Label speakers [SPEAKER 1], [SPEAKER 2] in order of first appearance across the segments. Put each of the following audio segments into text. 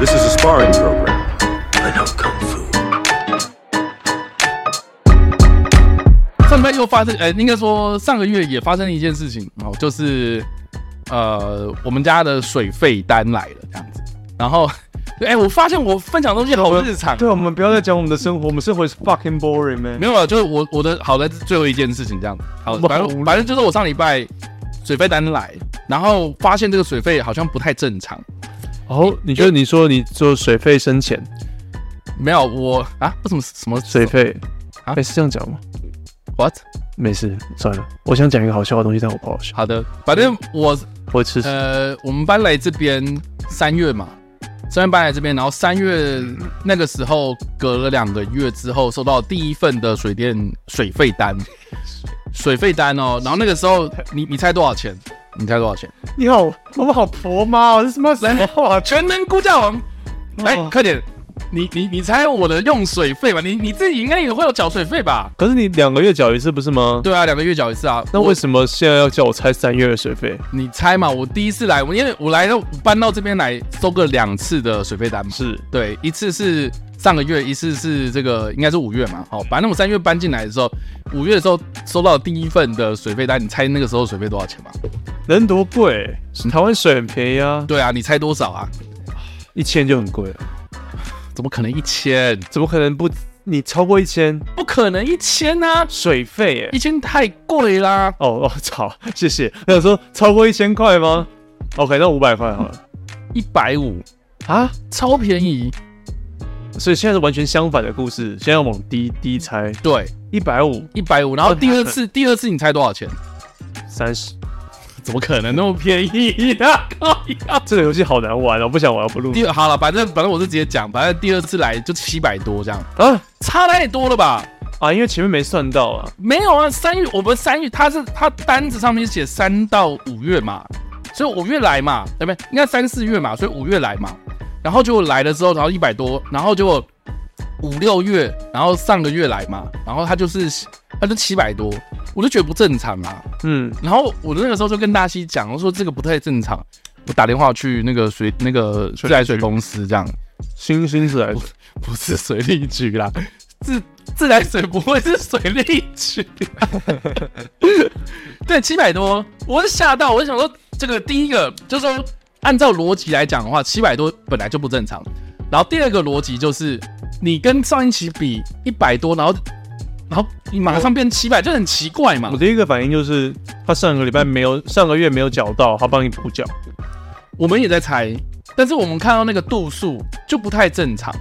[SPEAKER 1] sparring program. I know kung fu.
[SPEAKER 2] 上礼拜又发生，呃，应该说上个月也发生了一件事情哦，就是呃，我们家的水费单来了这样子，然后， 哎、我发现我分享的东西好日常，
[SPEAKER 3] 对，我们不要再讲我们的生活，我们生活是 fucking boring man。
[SPEAKER 2] 没有啊，就是我我的好在是最后一件事情这样子，好，反
[SPEAKER 3] 好无
[SPEAKER 2] 正
[SPEAKER 3] 聊
[SPEAKER 2] 反正就是我上礼拜水费单来，然后发现这个水费好像不太正常，
[SPEAKER 3] 哦，你就你说你做水费生钱，
[SPEAKER 2] 没有我啊，为什么什么
[SPEAKER 3] 水费
[SPEAKER 2] 啊
[SPEAKER 3] 哎、是这样讲吗？
[SPEAKER 2] what
[SPEAKER 3] 没事，算了，我想讲一个好笑的东西，但我不好笑，
[SPEAKER 2] 好的，反正我
[SPEAKER 3] 我会吃屎。
[SPEAKER 2] 呃，我们搬来这边三月嘛，三月搬来这边，然后三月那个时候隔了两个月之后，收到第一份的水电水费 单，水费单哦，然后那个时候你你猜多少钱？你猜多少钱？
[SPEAKER 3] 你好，我们好婆妈哦，这是什么什么 话？
[SPEAKER 2] 全能估价王，来、
[SPEAKER 3] 哦
[SPEAKER 2] 哎快点，你你你猜我的用水费吧，你你自己应该也会有缴水费吧？
[SPEAKER 3] 可是你两个月缴一次不是吗？
[SPEAKER 2] 对啊，两个月缴一次啊。
[SPEAKER 3] 那
[SPEAKER 2] 我
[SPEAKER 3] 为什么现在要叫我猜三月的水费？
[SPEAKER 2] 你猜嘛？我第一次来，我因为我来到我搬到这边来收个两次的水费单嘛，
[SPEAKER 3] 是
[SPEAKER 2] 对，一次是上个月，一次是这个应该是五月嘛。好，反正我三月搬进来的时候，五月的时候收到第一份的水费单，你猜那个时候水费多少钱吗？
[SPEAKER 3] 人多贵，台湾水很便宜啊，
[SPEAKER 2] 对啊，你猜多少啊？
[SPEAKER 3] 一千就很贵了，
[SPEAKER 2] 怎么可能一千？
[SPEAKER 3] 怎么可能不？你超过一千
[SPEAKER 2] 不可能一千啊！
[SPEAKER 3] 水费哎、
[SPEAKER 2] 一千太贵啦。
[SPEAKER 3] 哦哦，操，谢谢。我想说超过一千块吗？OK，那五百块好了
[SPEAKER 2] 一百五，
[SPEAKER 3] 啊。
[SPEAKER 2] 超便宜。
[SPEAKER 3] 所以现在是完全相反的故事，现在要往低低猜，
[SPEAKER 2] 对，
[SPEAKER 3] 一百五
[SPEAKER 2] 一百五。然后第二次，第二次你猜多少钱？
[SPEAKER 3] 三十。
[SPEAKER 2] 怎么可能那么便宜啊？靠呀！
[SPEAKER 3] 这个游戏好难玩哦，不想玩，不录
[SPEAKER 2] 第二好了，反正反正我是直接讲，反正第二次来就七百多这样，
[SPEAKER 3] 啊
[SPEAKER 2] 差太多了吧？
[SPEAKER 3] 啊！因为前面没算到啊，
[SPEAKER 2] 没有啊，三月我们三月他是他单子上面写三到五月嘛，所以五月来嘛，对不对？应该三四月嘛，所以五月来嘛，然后结果来了之后，然后一百多，然后结果五六月，然后上个月来嘛，然后他就是他就七百多，我就觉得不正常啊。
[SPEAKER 3] 嗯，
[SPEAKER 2] 然后我那个时候就跟大西讲，我说这个不太正常，我打电话去那个水那个自来水公司这样，
[SPEAKER 3] 新新自来水
[SPEAKER 2] 不是水利局啦， 自自来水不会是水利局、 对，七百多，我是吓到，我就想说，这个第一个就是说，按照逻辑来讲的话，七百多本来就不正常。然后第二个逻辑就是，你跟上一期比一百多，然后然后你马上变七百，就很奇怪嘛
[SPEAKER 3] 我。第一个反应就是他上个礼拜没有，上个月没有缴到，他帮你补缴。
[SPEAKER 2] 我们也在猜，但是我们看到那个度数就不太正常，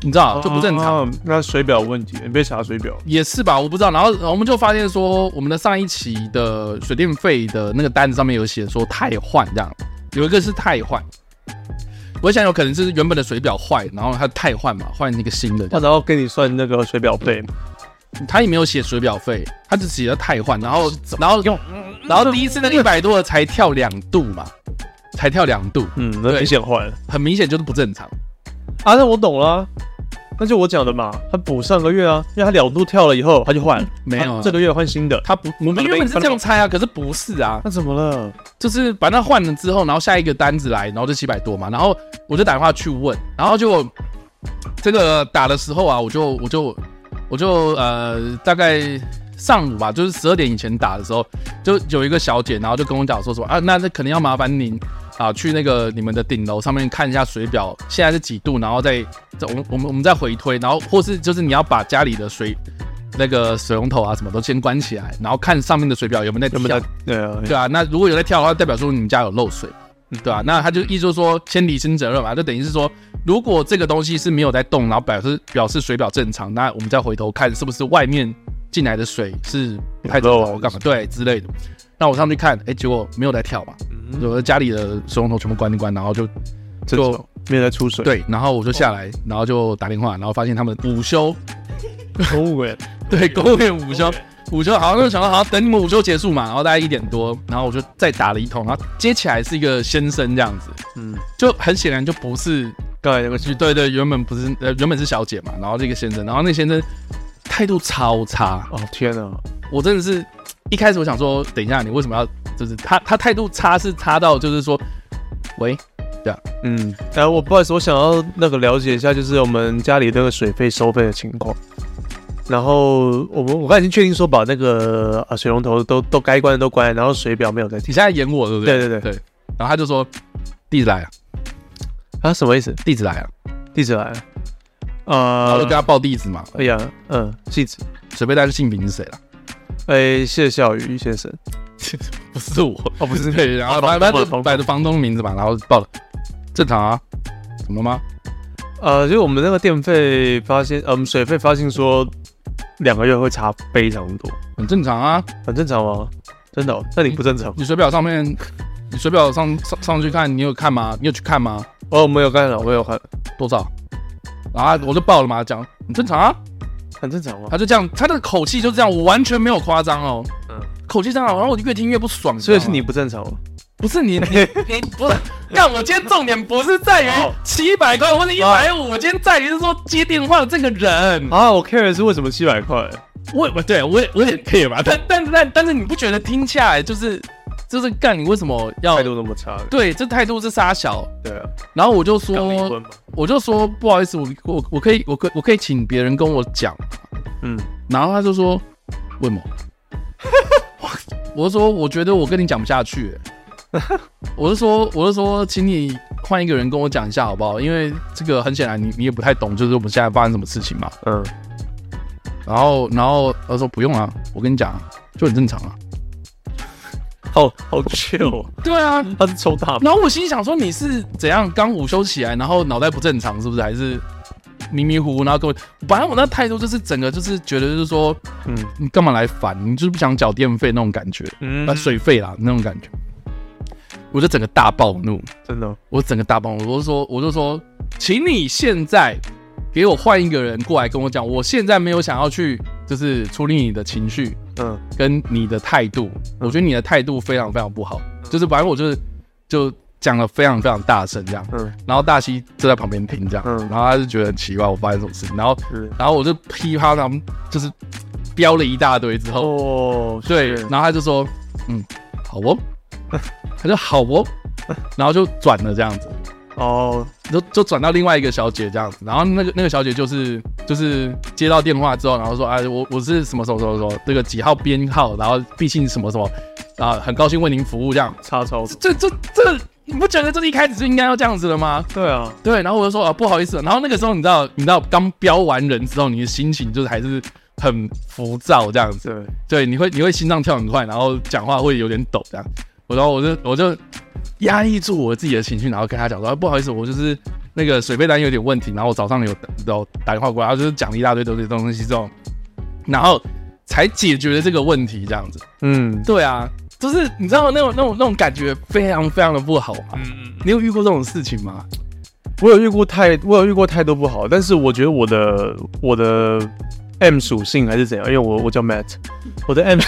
[SPEAKER 2] 你知道就不正常。
[SPEAKER 3] 啊那水表有问题，你别查水表。
[SPEAKER 2] 也是吧，我不知道。然后呃我们就发现说，我们的上一期的水电费的那个单子上面有写说汰换这样，有一个是汰换。我想有可能是原本的水表坏，然后它汰换嘛，换一个新的这
[SPEAKER 3] 他
[SPEAKER 2] 样。
[SPEAKER 3] 然后给你算那个水表费，
[SPEAKER 2] 他也没有写水表费，他只写了汰换，然后然后用，然后第一次那一百多的才跳两度嘛，才跳两度，
[SPEAKER 3] 嗯，那
[SPEAKER 2] 对
[SPEAKER 3] 明显坏了
[SPEAKER 2] 很明显就是不正常。
[SPEAKER 3] 啊。那我懂了啊、那就我讲的嘛，他补上个月啊，因为他两度跳了以后，他就换了，
[SPEAKER 2] 没有啊
[SPEAKER 3] 他这个月换新的，
[SPEAKER 2] 他不，我们原本是这样猜啊，可是不是啊，
[SPEAKER 3] 那怎么了？
[SPEAKER 2] 就是把那换了之后，然后下一个单子来，然后就七百多嘛，然后我就打电话去问，然后就这个打的时候啊，我就我就我就呃大概上午吧，就是十二点以前打的时候，就有一个小姐，然后就跟我讲说什么啊，那那可能要麻烦您啊去那个你们的顶楼上面看一下水表现在是几度，然后再再我们我们我们再回推，然后或是就是你要把家里的水。那个水龙头啊，什么都先关起来，然后看上面的水表有没有在
[SPEAKER 3] 有没
[SPEAKER 2] 跳
[SPEAKER 3] 有在？对啊，
[SPEAKER 2] 对啊，那如果有在跳的话，代表说你们家有漏水，
[SPEAKER 3] 嗯
[SPEAKER 2] 对啊，那他就意思就是说先理清责任嘛，就等于是说，如果这个东西是没有在动，然后表示表示水表正常，那我们再回头看是不是外面进来的水是不太正
[SPEAKER 3] 有漏啊
[SPEAKER 2] 常，我干嘛对之类的。那我上去看，哎、结果没有在跳嘛，
[SPEAKER 3] 嗯
[SPEAKER 2] 我的家里的水龙头全部关一关，然后就
[SPEAKER 3] 这
[SPEAKER 2] 就
[SPEAKER 3] 种没有在出 水，，
[SPEAKER 2] 对，然后我就下来，然后就打电话，然后发现他们午休，
[SPEAKER 3] 公务员
[SPEAKER 2] 对，公务员午休，午休好像就想到好像等你们午休结束嘛，然后大概一点多，然后我就再打了一通，然后接起来是一个先生这样子，嗯
[SPEAKER 3] 嗯，
[SPEAKER 2] 就很显然就不是，
[SPEAKER 3] 刚才那个去，
[SPEAKER 2] 对对，原本不是，呃，原本是小姐嘛，然后这个先生，然后那先生态度超差，
[SPEAKER 3] 哦天啊，
[SPEAKER 2] 我真的是一开始我想说，等一下你为什么要，就是他他态度差是差到就是说，喂，这样
[SPEAKER 3] 嗯，哎，我不好意思，我想要那个了解一下，就是我们家里那个水费收费的情况。然后我们我刚才已经确定说把那个啊水龙头都都该关的都关了，然后水表没有在
[SPEAKER 2] 你
[SPEAKER 3] 听
[SPEAKER 2] 现在演我对不对？
[SPEAKER 3] 对对
[SPEAKER 2] 对。然后他就说：“弟子来了，
[SPEAKER 3] 啊什么意思？
[SPEAKER 2] 弟子来了。
[SPEAKER 3] 地址来了，”
[SPEAKER 2] 然后我就跟
[SPEAKER 3] 呃，
[SPEAKER 2] 他报地址嘛，
[SPEAKER 3] 哎呀，嗯，地址，
[SPEAKER 2] 随便他的姓名是谁了，
[SPEAKER 3] 哎，谢孝宇先生，
[SPEAKER 2] 不是我。
[SPEAKER 3] 哦不是，
[SPEAKER 2] 对，然后
[SPEAKER 3] 房
[SPEAKER 2] 反正就
[SPEAKER 3] 房东
[SPEAKER 2] 摆着房东的名字嘛，然后报了，正常啊，怎么了吗？
[SPEAKER 3] 呃，就是我们那个电费发现，呃，我们水费发现说两个月会差非常多，
[SPEAKER 2] 很正常啊，
[SPEAKER 3] 很正常吗？真的哦、那你不正常？
[SPEAKER 2] 你水表上面，你水表上上上去看，你有看吗？你有去看吗？
[SPEAKER 3] 哦，我没有看了，我没有看，
[SPEAKER 2] 多少？然后我就报了嘛，讲很正常啊，
[SPEAKER 3] 很正常吗？
[SPEAKER 2] 他就这样，他的口气就这样，我完全没有夸张哦，
[SPEAKER 3] 嗯
[SPEAKER 2] 口气这样，哦然后我就越听越不爽，
[SPEAKER 3] 所以
[SPEAKER 2] 知
[SPEAKER 3] 是
[SPEAKER 2] 道吗
[SPEAKER 3] 你不正常吗？
[SPEAKER 2] 不是你，你 你不是，但我今天重点不是在于
[SPEAKER 3] 哦
[SPEAKER 2] 七百块或者一百五，我今天在于是说接电话的这个人。
[SPEAKER 3] 啊，我 care 的是为什么七百块？
[SPEAKER 2] 我也不对我也我也可以吧，但但但但是你不觉得听下来就是就是干你为什么要
[SPEAKER 3] 啊态度那么差的？
[SPEAKER 2] 对这态度是杀小？
[SPEAKER 3] 对啊，
[SPEAKER 2] 然后我就
[SPEAKER 3] 刚离
[SPEAKER 2] 说
[SPEAKER 3] 婚嘛。
[SPEAKER 2] 我就说不好意思，我我我可以我可我可以请别人跟我讲，
[SPEAKER 3] 嗯，
[SPEAKER 2] 然后他就说为什么？我就说我觉得我跟你讲不下去、欸我就说我就说请你换一个人跟我讲一下好不好？因为这个很显然你你也不太懂，就是我们现在发生什么事情嘛。
[SPEAKER 3] 嗯，
[SPEAKER 2] 然后然后他说不用啊，我跟你讲啊，就很正常啊。
[SPEAKER 3] 好好 chill，哦
[SPEAKER 2] 对啊，
[SPEAKER 3] 他是抽大麻，
[SPEAKER 2] 然后我心想说你是怎样刚午休起来，然后脑袋不正常是不是？还是迷迷糊糊？然后跟我，反正我那态度就是整个就是觉得就是说
[SPEAKER 3] 嗯
[SPEAKER 2] 你干嘛来烦？你就是不想缴电费那种感觉，啊
[SPEAKER 3] 嗯，
[SPEAKER 2] 水费啦那种感觉，我就整个大暴怒，
[SPEAKER 3] 真的哦，
[SPEAKER 2] 我整个大暴怒，我就说我就说，请你现在给我换一个人过来跟我讲，我现在没有想要去就是处理你的情绪，
[SPEAKER 3] 嗯
[SPEAKER 2] 跟你的态度，我觉得你的态度非常非常不好，就是反正我就是就讲了非常非常大声这样，
[SPEAKER 3] 嗯
[SPEAKER 2] 然后大西就在旁边听这样，
[SPEAKER 3] 嗯
[SPEAKER 2] 然后他就觉得很奇怪我发生什么事，情，然后
[SPEAKER 3] 是
[SPEAKER 2] 然后我就噼啪他们就是飙了一大堆之后，
[SPEAKER 3] 哦，
[SPEAKER 2] 对，
[SPEAKER 3] 是
[SPEAKER 2] 然后他就说嗯好 哦，他就好哦，然后就转了这样子，
[SPEAKER 3] 哦，
[SPEAKER 2] 就就转到另外一个小姐这样子，然后那个那个小姐就是就是接到电话之后，然后说哎，我我是什么什么什么什么这个几号编号，然后毕竟什么什么啊，很高兴为您服务这样。
[SPEAKER 3] 差超多，
[SPEAKER 2] 这这这，你不觉得这一开始就应该要这样子了吗？
[SPEAKER 3] 对啊，
[SPEAKER 2] 对，然后我就说啊，不好意思，然后那个时候你知道你知道刚标完人之后，你的心情就是还是很浮躁这样子，
[SPEAKER 3] 对，
[SPEAKER 2] 对，你会你会心脏跳很快，然后讲话会有点抖这样。我然后我就我就压抑住我自己的情绪，然后跟他讲说、啊不好意思，我就是那个水费单有点问题，然后我早上有有打电话过来，然后就是讲了一大堆东西东西之后，然后才解决了这个问题这样子。
[SPEAKER 3] 嗯
[SPEAKER 2] 对啊，就是你知道那种那种那种感觉非常非常的不好嘛。
[SPEAKER 3] 嗯，
[SPEAKER 2] 你有遇过这种事情吗？
[SPEAKER 3] 我有遇过太，我有遇过太多不好，但是我觉得我的我的 M 属性还是怎样，因为我我叫 Matt，我的 M，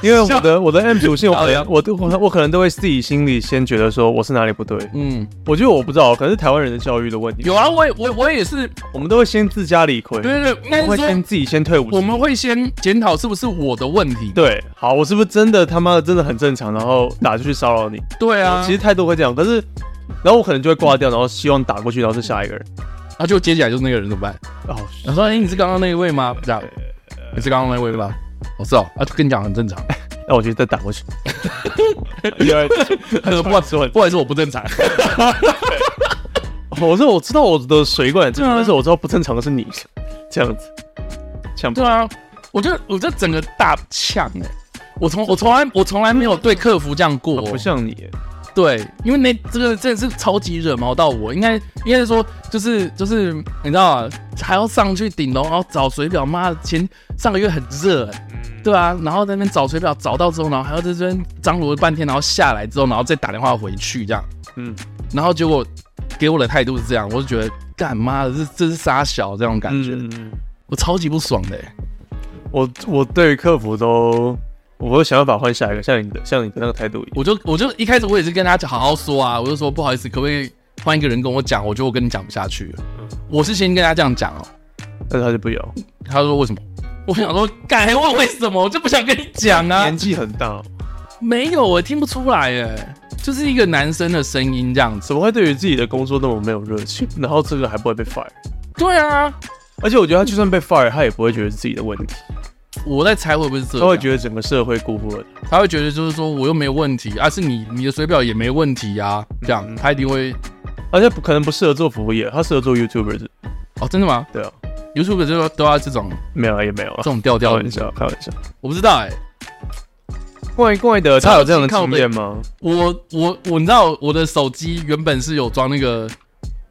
[SPEAKER 3] 因为我的我的 M 属性，我可能我都我我可能都会自己心里先觉得说我是哪里不对，
[SPEAKER 2] 嗯，
[SPEAKER 3] 我觉得我不知道，可能是台湾人的教育的问题，
[SPEAKER 2] 有啊，我也我我也是，
[SPEAKER 3] 我们都会先自家理亏，
[SPEAKER 2] 对对对，应该
[SPEAKER 3] 会
[SPEAKER 2] 是
[SPEAKER 3] 先
[SPEAKER 2] 说
[SPEAKER 3] 自己先退伍
[SPEAKER 2] 我。们会先检讨是不是我的问题。
[SPEAKER 3] 对，好，我是不是真的他妈的真的很正常？然后打出去骚扰你，
[SPEAKER 2] 对啊，
[SPEAKER 3] 我其实态度会这样，可是，然后我可能就会挂掉，然后希望打过去，然后是下一个人。
[SPEAKER 2] 然后就接起来就是那个人怎么办？
[SPEAKER 3] 哦，
[SPEAKER 2] 他说：“哎、你是刚刚那一位吗？”这样，你是刚刚那一位吧？我是哦，啊，就跟你讲很正常，
[SPEAKER 3] 那我就再打 过去。第二，
[SPEAKER 2] 他 说不好意思，不好意思，我不 正常。
[SPEAKER 3] 我说我知道我的水管正
[SPEAKER 2] 对
[SPEAKER 3] 常，
[SPEAKER 2] 啊
[SPEAKER 3] 但是我知道不正常的是你，这样子，强
[SPEAKER 2] 对啊，我就我这整个大呛哎、我从我从来我从来没有对客服这样 过，
[SPEAKER 3] 不像你，
[SPEAKER 2] 对，因为那这个真的是超级惹毛到我，应该应该是说就是就是你知道啊，还要上去顶楼，然后找水表，妈的前上个月很热、欸，
[SPEAKER 3] 嗯
[SPEAKER 2] 对啊，然后在那边找水表找到之后，然后还要在这边张罗了半天，然后下来之后，然后再打电话回去这样，
[SPEAKER 3] 嗯
[SPEAKER 2] 然后结果给我的态度是这样，我就觉得干妈的这这是傻小这种感觉，
[SPEAKER 3] 嗯
[SPEAKER 2] 我超级不爽的、欸，
[SPEAKER 3] 我我对于客服都，我会想办法换下一个，像你的像你的那个态度一样。
[SPEAKER 2] 我就我就一开始我也是跟他讲好好说啊，我就说不好意思，可不可以换一个人跟我讲？我觉得我跟你讲不下去了，
[SPEAKER 3] 嗯
[SPEAKER 2] 我是先跟他这样讲哦、
[SPEAKER 3] 但是他就不要，
[SPEAKER 2] 他说为什么？我想说，敢还问为什么？我就不想跟你讲啊
[SPEAKER 3] 哦年。纪很大，
[SPEAKER 2] 没有，我听不出来耶。就是一个男生的声音这样子。
[SPEAKER 3] 怎么会对于自己的工作那么没有热情？然后这个还不会被 fire，
[SPEAKER 2] 对啊，
[SPEAKER 3] 而且我觉得他就算被 fire，他也不会觉得是自己的问题，
[SPEAKER 2] 我在猜会不会是这
[SPEAKER 3] 他
[SPEAKER 2] 样，
[SPEAKER 3] 会觉得整个社会辜负了他。
[SPEAKER 2] 他会觉得就是说我又没有问题啊，是你你的水表也没问题啊，这
[SPEAKER 3] 嗯
[SPEAKER 2] 样他一定会
[SPEAKER 3] 而且不可能不适合做服务业，他适合做 YouTuber 的。
[SPEAKER 2] 哦，真的吗
[SPEAKER 3] 对啊，
[SPEAKER 2] ？YouTube 就都要这种
[SPEAKER 3] 没有啊，也没有啊
[SPEAKER 2] 这，种调
[SPEAKER 3] 开
[SPEAKER 2] 调
[SPEAKER 3] 玩，笑，开玩笑。
[SPEAKER 2] 我不知道哎、
[SPEAKER 3] 怪怪的，
[SPEAKER 2] 超
[SPEAKER 3] 他有这样的
[SPEAKER 2] 级靠
[SPEAKER 3] 经
[SPEAKER 2] 北
[SPEAKER 3] 验吗？
[SPEAKER 2] 我我我，你知道我的手机原本是有装那个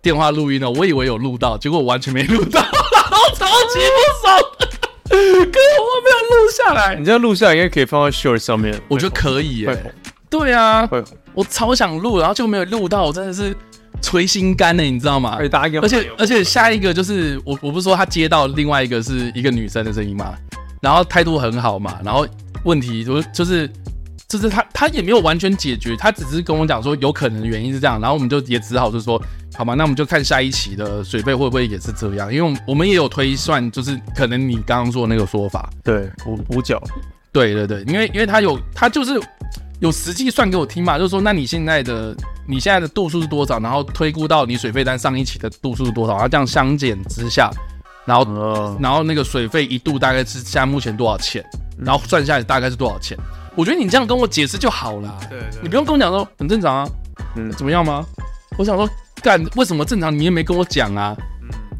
[SPEAKER 2] 电话录音的，我以为有录到，结果我完全没录到， 然后超级不爽的，可是我没有录下来
[SPEAKER 3] 你。这样录下来应该可以放到 Short 上面，
[SPEAKER 2] 我觉得可以耶、
[SPEAKER 3] 会红
[SPEAKER 2] 对啊，
[SPEAKER 3] 会红，
[SPEAKER 2] 我超想录，然后就没有录到，我真的是捶心肝呢、你知道吗
[SPEAKER 3] 而？且大家应该
[SPEAKER 2] 而且而且下一个就是我我不是说他接到另外一个是一个女生的声音嘛，然后态度很好嘛，然后问题就就是就是他他也没有完全解决，他只是跟我讲说有可能的原因是这样，然后我们就也只好就说好嘛，那我们就看下一期的水费会不会也是这样，因为我们我们也有推算，就是可能你刚刚说的那个说法，
[SPEAKER 3] 对五五角，
[SPEAKER 2] 对对对，因为因为他有他就是有实际算给我听嘛，就是说那你现在的你现在的度数是多少，然后推估到你水费单上一期的度数是多少，然后这样相减之下，然后、
[SPEAKER 3] 嗯，
[SPEAKER 2] 然后那个水费一度大概是现在目前多少钱，然后算下来大概是多少钱。我觉得你这样跟我解释就好啦，
[SPEAKER 3] 啊对
[SPEAKER 2] 你不用跟我讲说很正常啊，
[SPEAKER 3] 嗯
[SPEAKER 2] 怎么样吗？我想说干为什么正常你也没跟我讲啊？
[SPEAKER 3] 嗯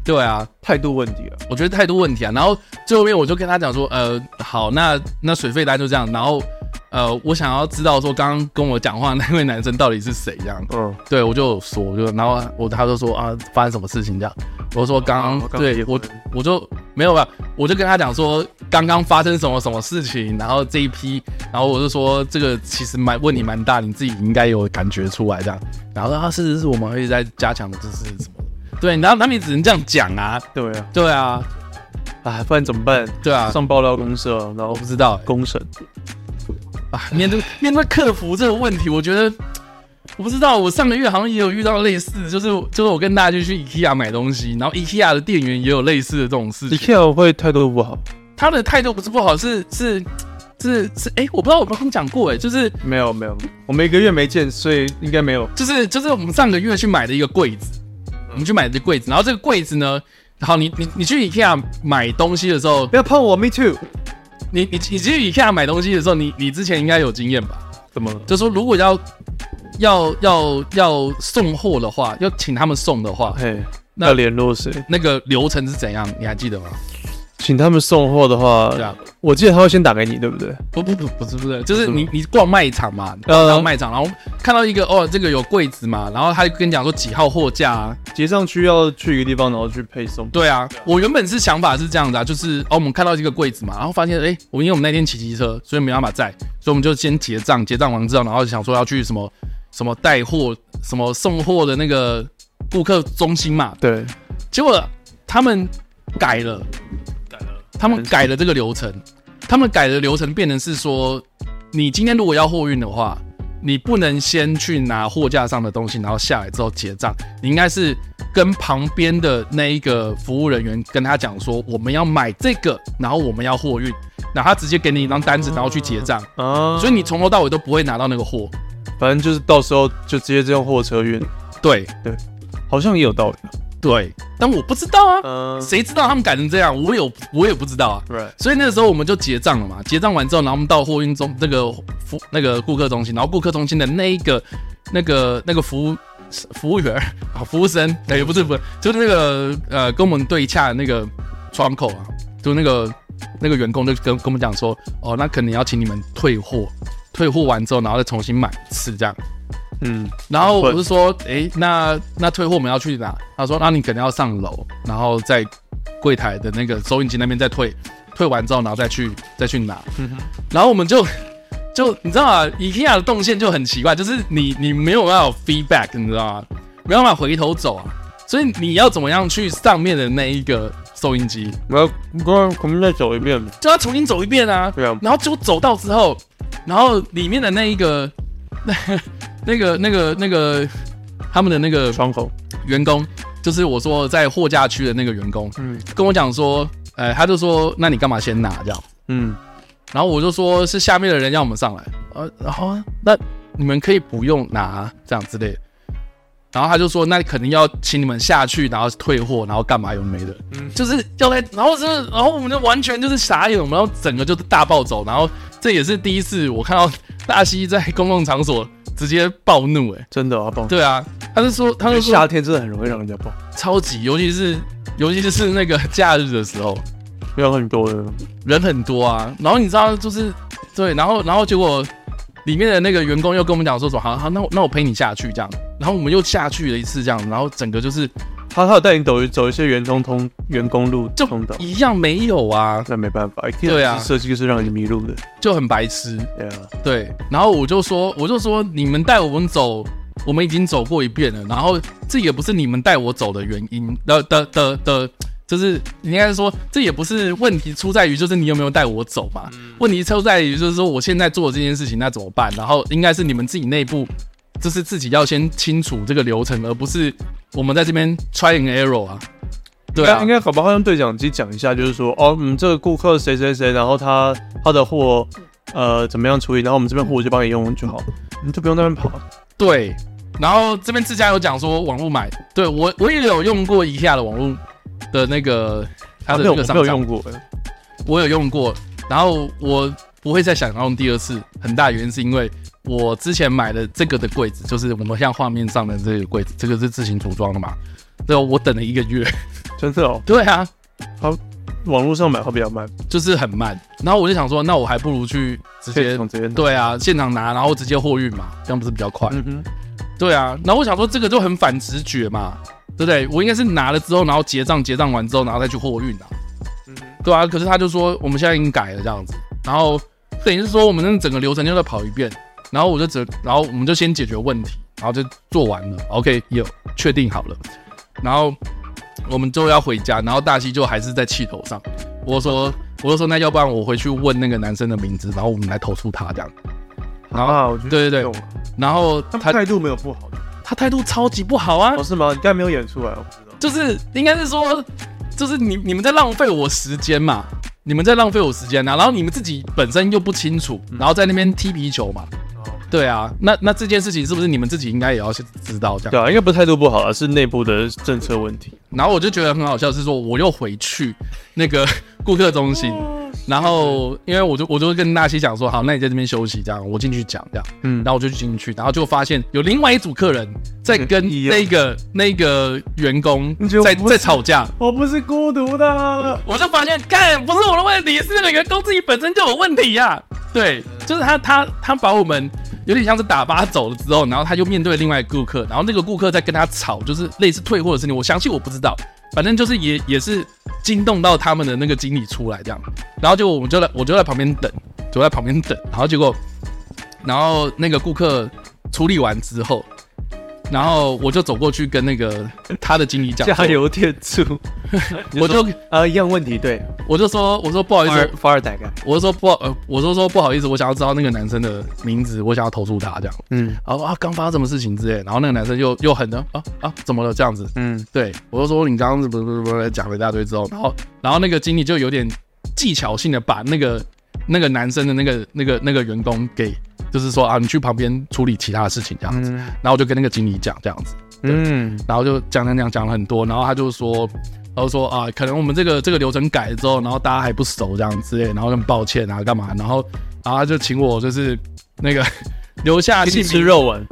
[SPEAKER 2] 对啊，
[SPEAKER 3] 态度问题啊，
[SPEAKER 2] 我觉得态度问题啊。然后最后面我就跟他讲说，呃，好，那那水费单就这样。然后，呃，我想要知道说刚刚跟我讲话那位男生到底是谁这样。
[SPEAKER 3] 嗯，
[SPEAKER 2] 对，我就有说，啊我就然后我他就说啊，发生什么事情这样。我说刚
[SPEAKER 3] 哦
[SPEAKER 2] 刚
[SPEAKER 3] 刚
[SPEAKER 2] 对
[SPEAKER 3] 结
[SPEAKER 2] 我
[SPEAKER 3] 婚
[SPEAKER 2] 我就没有吧，啊我就跟他讲说刚刚发生什么什么事情，然后这一批，然后我就说这个其实蛮问题蛮大，你自己应该有感觉出来这样。然后他说啊，是是是，我们会在加强的就是什么。对，然后他们也只能这样讲啊，
[SPEAKER 3] 对啊，
[SPEAKER 2] 对啊，
[SPEAKER 3] 啊，不然怎么办？
[SPEAKER 2] 对啊，
[SPEAKER 3] 上爆料公社，然后
[SPEAKER 2] 我不知道、
[SPEAKER 3] 公审，
[SPEAKER 2] 啊，面对面对客服这个问题，我觉得我不知道，我上个月好像也有遇到类似的，就是就是我跟大家就去 IKEA 买东西，然后 IKEA 的店员也有类似的这种事
[SPEAKER 3] 你
[SPEAKER 2] 情，
[SPEAKER 3] 看我会态度不好，
[SPEAKER 2] 他的态度不是不好，是是是是，哎、我不知道我们刚讲过、哎，就是
[SPEAKER 3] 没有没有，我们一个月没见，所以应该没有，
[SPEAKER 2] 就是就是我们上个月去买的一个柜子，我们去买的一个柜子，然后这个柜子呢。好，你你你去 IKEA 买东西的时候，
[SPEAKER 3] 不要碰我，me too，
[SPEAKER 2] 你你你去 IKEA 买东西的时候，你你之前应该有经验吧？
[SPEAKER 3] 怎么了？
[SPEAKER 2] 就说如果要要要要送货的话，要请他们送的话，
[SPEAKER 3] 嘿，
[SPEAKER 2] 那
[SPEAKER 3] 那联络谁？
[SPEAKER 2] 那个流程是怎样？你还记得吗？
[SPEAKER 3] 请他们送货的话，
[SPEAKER 2] 对啊，
[SPEAKER 3] 我记得他会先打给你，对不对？
[SPEAKER 2] 不不不不是不是，就是
[SPEAKER 3] 不是吗
[SPEAKER 2] 你你逛卖场嘛，
[SPEAKER 3] 呃
[SPEAKER 2] 到卖场，然后看到一个哦，这个有柜子嘛，然后他就跟你讲说几号货架啊，
[SPEAKER 3] 结账区要去一个地方，然后去配送。
[SPEAKER 2] 对啊，我原本是想法是这样子啊，就是哦，我们看到一个柜子嘛，然后发现哎、诶我因为我们那天骑机车，所以没办法载，所以我们就先结账，结账完之后，然后想说要去什么什么带货、什么送货的那个顾客中心嘛，
[SPEAKER 3] 对，
[SPEAKER 2] 结果他们改了，
[SPEAKER 3] 改了
[SPEAKER 2] 他们改了这个流程，他们改的流程变成是说，你今天如果要货运的话，你不能先去拿货架上的东西，然后下来之后结账，你应该是跟旁边的那一个服务人员跟他讲说，我们要买这个，然后我们要货运，然后他直接给你一张单子，然后去结账，
[SPEAKER 3] 啊，
[SPEAKER 2] 所以你从头到尾都不会拿到那个货。
[SPEAKER 3] 反正就是到时候就直接用货车运，
[SPEAKER 2] 对
[SPEAKER 3] 好像也有道理。
[SPEAKER 2] 对，但我不知道啊，
[SPEAKER 3] 嗯
[SPEAKER 2] 谁知道他们改成这样？我有我也不知道啊。
[SPEAKER 3] ？Right，
[SPEAKER 2] 所以那个时候我们就结账了嘛，结账完之后，然后我们到货运中那个服那个顾客中心，然后顾客中心的那一个那个那个服务服务员儿 啊，服务生，哎也不是服务，就是那个呃跟我们对洽的那个窗口啊，就那个那个员工就跟跟我们讲说，哦，那可能要请你们退货，退货完之后，然后再重新买一次这样。
[SPEAKER 3] 嗯，
[SPEAKER 2] 然后我
[SPEAKER 3] 会
[SPEAKER 2] 就说，诶，那那退货我们要去哪？他说，啊那你可能要上楼，然后在柜台的那个收银机那边再退，退完之后，然后再去再去拿。然后我们就 就你知道啊，IKEA 的动线就很奇怪，就是你你没有办法有 feedback，你知道吗？没有办法回头走啊，所以你要怎么样去上面的那一个收音机？
[SPEAKER 3] 我要我我们再走一遍。
[SPEAKER 2] 就要重新走一遍啊。
[SPEAKER 3] 对啊
[SPEAKER 2] 然后就走到之后，然后里面的那一个 那那个那个那个他们的那个
[SPEAKER 3] 窗口，
[SPEAKER 2] 员工，就是我说在货架区的那个员工，
[SPEAKER 3] 嗯
[SPEAKER 2] 跟我讲说，呃，他就说，那你干嘛先拿这样？
[SPEAKER 3] 嗯，
[SPEAKER 2] 然后我就说是下面的人让我们上来，呃，好啊，那你们可以不用拿这样之类的。然后他就说，那可能要请你们下去，然后退货，然后干嘛有的没的，
[SPEAKER 3] 嗯
[SPEAKER 2] 就是要来，然后真的，然后我们就完全就是傻眼，我们要整个就是大暴走，然后这也是第一次我看到大西在公共场所直接暴怒、欸，哎，
[SPEAKER 3] 真的啊，爆！
[SPEAKER 2] 对啊，他就说，他就说
[SPEAKER 3] 夏天真的很容易让人家爆，
[SPEAKER 2] 超级，尤其是尤其是那个 假日的时候，
[SPEAKER 3] 没有很多的。
[SPEAKER 2] 人很多啊，然后你知道就是对，然后然后结果里面的那个员工又跟我们讲说说好好，那我那我陪你下去这样，然后我们又下去了一次这样，然后整个就是
[SPEAKER 3] 他他有带你走一走一些员工通员工路
[SPEAKER 2] 就
[SPEAKER 3] 通道，
[SPEAKER 2] 一样没有啊，
[SPEAKER 3] 那没办法，
[SPEAKER 2] 对啊
[SPEAKER 3] 设计就是让你迷路的，
[SPEAKER 2] 就很白痴。
[SPEAKER 3] 对啊，
[SPEAKER 2] 对，然后我就说我就说你们带我们走，我们已经走过一遍了，然后这也不是你们带我走的原因的的的的。就是应该是说，这也不是问题出在于就是你有没有带我走嘛，问题出在于就是说我现在做的这件事情那怎么办？然后应该是你们自己内部，就是自己要先清楚这个流程，而不是我们在这边 try and error 啊。对啊，
[SPEAKER 3] 应该好不好用对讲机讲一下，就是说哦，嗯，这个顾客谁谁谁，然后他他的货呃怎么样处理，然后我们这边货我就帮你用就好，你就不用在那边跑。
[SPEAKER 2] 对，然后这边自家有讲说网络买，对我我也有用过一下的网络的那个它的
[SPEAKER 3] 啊没
[SPEAKER 2] 那
[SPEAKER 3] 有我
[SPEAKER 2] 个
[SPEAKER 3] 没
[SPEAKER 2] 商
[SPEAKER 3] 有
[SPEAKER 2] 场，
[SPEAKER 3] 用过，欸
[SPEAKER 2] 我有用过，然后我不会再想要用第二次，很大原因是因为我之前买的这个的柜子，就是我们像画面上的这个柜子，这个是自行组装的嘛，对，我等了一个月，
[SPEAKER 3] 真的哦，
[SPEAKER 2] 对啊，
[SPEAKER 3] 网络上买会比较慢，
[SPEAKER 2] 就是很慢，然后我就想说，那我还不如去直
[SPEAKER 3] 可以
[SPEAKER 2] 接
[SPEAKER 3] 从这边。，
[SPEAKER 2] 对啊，现场拿，然后直接货运嘛，这样不是比较快？
[SPEAKER 3] 嗯哼，
[SPEAKER 2] 对啊，然后我想说这个就很反直觉嘛，对不对？我应该是拿了之后，然后结账，结账完之后，然后再去货运啊，
[SPEAKER 3] 嗯
[SPEAKER 2] 对啊。可是他就说我们现在已经改了这样子，然后等于是说我们那整个流程就再跑一遍，然后我就只，然后我们就先解决问题，然后就做完了，OK，有确定好了，然后我们就要回家，然后大西就还是在气头上，我说我就说那要不然我回去问那个男生的名字，然后我们来投诉他这样，然后
[SPEAKER 3] 啊，我觉得
[SPEAKER 2] 对对对
[SPEAKER 3] 用了，
[SPEAKER 2] 然后
[SPEAKER 3] 他们
[SPEAKER 2] 他
[SPEAKER 3] 态度没有不好的，
[SPEAKER 2] 他态度超级不好啊
[SPEAKER 3] 哦，是吗？你刚才没有演出啊来，我不知道。
[SPEAKER 2] 就是应该是说，就是你你们在浪费我时间嘛，你们在浪费我时间啊，然后你们自己本身又不清楚，
[SPEAKER 3] 嗯
[SPEAKER 2] 然后在那边踢皮球嘛，
[SPEAKER 3] 哦
[SPEAKER 2] 对啊，那那这件事情是不是你们自己应该也要先知道这
[SPEAKER 3] 对
[SPEAKER 2] 样？
[SPEAKER 3] 啊，应该不是态度不好啊，是内部的政策问 题。
[SPEAKER 2] 然后我就觉得很好笑，是说我又回去那个 顾客中心，然后因为我就我就跟纳西讲说，好，那你在这边休息这样，我进去讲这样，
[SPEAKER 3] 嗯
[SPEAKER 2] 然后我就进去，然后就发现有另外一组客人在跟
[SPEAKER 3] 嗯一样
[SPEAKER 2] 那个那个员工
[SPEAKER 3] 你觉得我
[SPEAKER 2] 在
[SPEAKER 3] 不
[SPEAKER 2] 在吵架，
[SPEAKER 3] 我不是孤独的，
[SPEAKER 2] 我就发现，干不是我的问题，是那个员工自己本身就有问题呀、对，就是他他他把我们有点像是打发走了之后，然后他就面对另外一个顾客，然后那个顾客在跟他吵，就是类似退货的事情。我详细我不知道，反正就是也也是惊动到他们的那个经理出来这样，然后结果我们就在我就在旁边等，就在旁边等，然后结果然后那个顾客处理完之后。然后我就走过去跟那个他的经理讲说，
[SPEAKER 3] 加油添醋。
[SPEAKER 2] 我就
[SPEAKER 3] 啊，一样问题，对，
[SPEAKER 2] 我就说我说不好意
[SPEAKER 3] 法
[SPEAKER 2] 思
[SPEAKER 3] 尔，法尔代干，
[SPEAKER 2] 我就说不好，呃，我就说不好意思，我想要知道那个男生的名字，我想要投诉他这样。
[SPEAKER 3] 嗯
[SPEAKER 2] 然后啊，刚发生什么事情之类，然后那个男生又又很的啊啊，怎么了这样子？
[SPEAKER 3] 嗯，
[SPEAKER 2] 对我就说你刚刚是不不不不讲了一大堆之后，然后然后那个经理就有点技巧性的把那个那个男生的那个那个那个员工给就是说啊，你去旁边处理其他的事情这样子。然后我就跟那个经理讲这样子，
[SPEAKER 3] 嗯，
[SPEAKER 2] 然后就讲讲讲讲了很多，然后他就说，然后说啊，可能我们这个这个流程改了之后，然后大家还不熟这样之类，然后很抱歉啊，干嘛？然后然后他就请我就是那个 留下
[SPEAKER 3] 一起
[SPEAKER 2] 姓
[SPEAKER 3] 吃
[SPEAKER 2] 名，
[SPEAKER 3] 肉丸，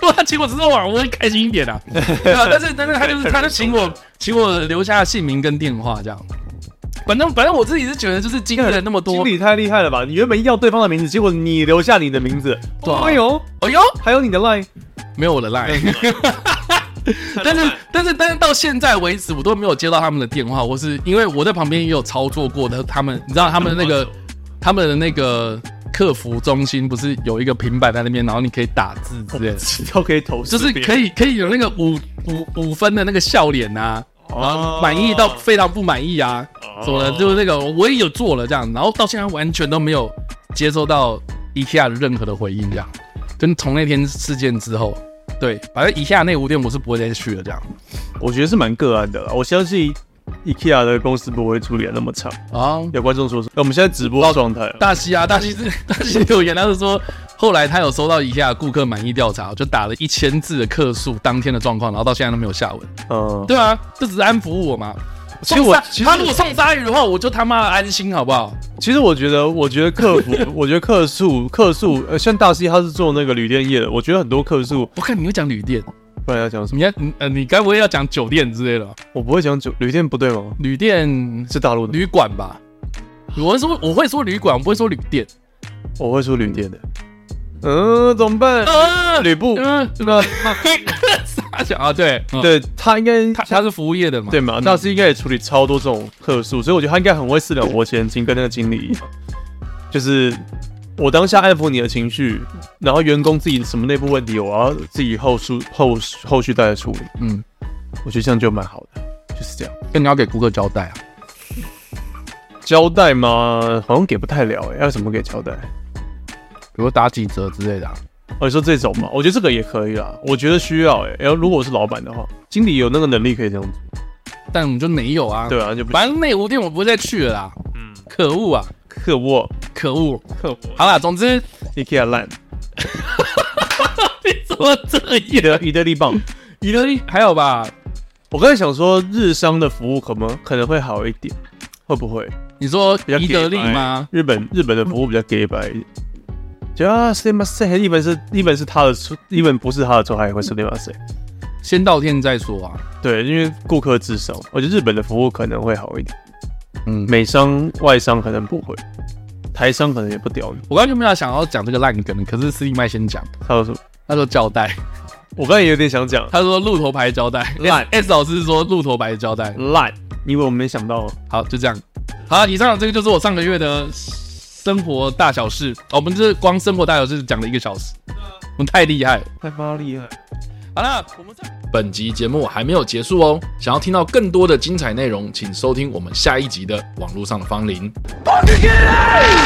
[SPEAKER 2] 如果他请我吃肉丸，我会开心一点 啊。对啊，但是但是他就是他就请我请我留下姓名跟电话这样。反正反正我自己是觉得就是经历了那么多
[SPEAKER 3] 经，理太厉害了吧？你原本要对方的名字，结果你留下你的名字，
[SPEAKER 2] 对啊
[SPEAKER 3] 哎呦，
[SPEAKER 2] 哎呦，
[SPEAKER 3] 还有你的 line，
[SPEAKER 2] 没有我的 line。但是但是但是到现在为止，我都没有接到他们的电话，或是因为我在旁边也有操作过的，他们你知道他们那个他们的那个客服中心不是有一个平板在那边，然后你可以打字之类的，
[SPEAKER 3] 都可以投诉
[SPEAKER 2] 就
[SPEAKER 3] 别
[SPEAKER 2] 是
[SPEAKER 3] 人，
[SPEAKER 2] 可以可以有那个五五五分的那个笑脸呐、
[SPEAKER 3] 哦
[SPEAKER 2] 满意到非常不满意啊，什么的，就是那个我也有做了这样，然后到现在完全都没有接收到 IKEA 的任何的回应，这样，跟从那天事件之后，对，反正以下那五店我是不会再去了，这样，
[SPEAKER 3] 我觉得是蛮个案的啦。我相信 IKEA 的公司不会处理得那么长。
[SPEAKER 2] 啊，
[SPEAKER 3] 有观众说是，呃我们现在直播状态啊，
[SPEAKER 2] 大西啊，大西是大西留言，他是说后来他有收到以下顾客满意调查，就打了一千字的客诉当天的状况，然后到现在都没有下文。
[SPEAKER 3] 嗯，
[SPEAKER 2] 对啊，这只是安抚我嘛。
[SPEAKER 3] 其实我
[SPEAKER 2] 送鲨
[SPEAKER 3] 其实
[SPEAKER 2] 他如果送鲨鱼的话，我就他妈的安心好不好？
[SPEAKER 3] 其实我觉得，我觉得客服， 我觉得客诉，客诉，呃，像大 C 他是做那个旅店业的，我觉得很多客诉，
[SPEAKER 2] 我看你又讲旅店，
[SPEAKER 3] 不然要讲什么？
[SPEAKER 2] 你要你呃，你该不会要讲酒店之类的吧？
[SPEAKER 3] 我不会讲酒旅店不对吗？
[SPEAKER 2] 旅店
[SPEAKER 3] 是大陆的，
[SPEAKER 2] 旅馆吧？我会说我会说旅馆，我不会说旅店。
[SPEAKER 3] 我会说旅店的。嗯，怎么办？
[SPEAKER 2] 啊，
[SPEAKER 3] 吕布，
[SPEAKER 2] 嗯，
[SPEAKER 3] 那
[SPEAKER 2] 傻小啊，对，嗯，
[SPEAKER 3] 对他应该
[SPEAKER 2] 他他是服务业的嘛？
[SPEAKER 3] 对嘛？大师应该也处理超多这种客诉，所以我觉得他应该很会四两拨千斤，跟那个经理一样，就是我当下安抚你的情绪，然后员工自己什么内部问题，我要自己后续后后续再来处理。
[SPEAKER 2] 嗯，
[SPEAKER 3] 我觉得这样就蛮好的，就是这样。
[SPEAKER 2] 跟你要给顾客交代啊。
[SPEAKER 3] 交代吗？好像给不太了、欸，要怎么给交代？
[SPEAKER 2] 比如打几折之类的、啊。
[SPEAKER 3] 哦，你说这种嘛，我觉得这个也可以啦，啊我觉得需要、欸，哎，然后如果我是老板的话，经理有那个能力可以这样做，
[SPEAKER 2] 但我们就没有啊。
[SPEAKER 3] 对，啊，就不
[SPEAKER 2] 反正内湖店我不会再去了啦。
[SPEAKER 3] 嗯，
[SPEAKER 2] 可恶啊，
[SPEAKER 3] 客卧
[SPEAKER 2] 可恶。
[SPEAKER 3] 客卧
[SPEAKER 2] 好啦，总之
[SPEAKER 3] IKEA 烂，
[SPEAKER 2] 怎么这
[SPEAKER 3] 伊
[SPEAKER 2] 样？
[SPEAKER 3] 德伊德利棒。
[SPEAKER 2] 娱乐力还有吧？
[SPEAKER 3] 我刚才想说日商的服务可能可能会好一点，会不会
[SPEAKER 2] 你说
[SPEAKER 3] 比较哎
[SPEAKER 2] 宜得利吗？
[SPEAKER 3] 给白？日本日本的服务比较给白一点。就啊，say m u s say，一本是一本是他的错，一本不是他的错，还会是 say m u say。
[SPEAKER 2] 先道歉再说啊。
[SPEAKER 3] 对，因为顾客至上，我觉得日本的服务可能会好一点。
[SPEAKER 2] 嗯，
[SPEAKER 3] 美商、外商可能不会，台商可能也不屌你。
[SPEAKER 2] 我刚刚就没有想要讲这个烂梗，可是司机麦先讲。
[SPEAKER 3] 他有什么？
[SPEAKER 2] 他说胶带，
[SPEAKER 3] 我刚才也有点想讲
[SPEAKER 2] 他说鹿头牌胶带。
[SPEAKER 3] 烂
[SPEAKER 2] S 老师说鹿头牌胶带。
[SPEAKER 3] 烂，你以为我没想到吗？
[SPEAKER 2] 好，就这样。好，以上的这个就是我上个月的生活大小事。哦我们这光生活大小事讲了一个小时，我们太厉害了。
[SPEAKER 3] 太妈厉害！
[SPEAKER 2] 好了，我们再
[SPEAKER 4] 本集节目还没有结束哦，想要听到更多的精彩内容，请收听我们下一集的《网络上的芳龄》。
[SPEAKER 1] Fucking get out!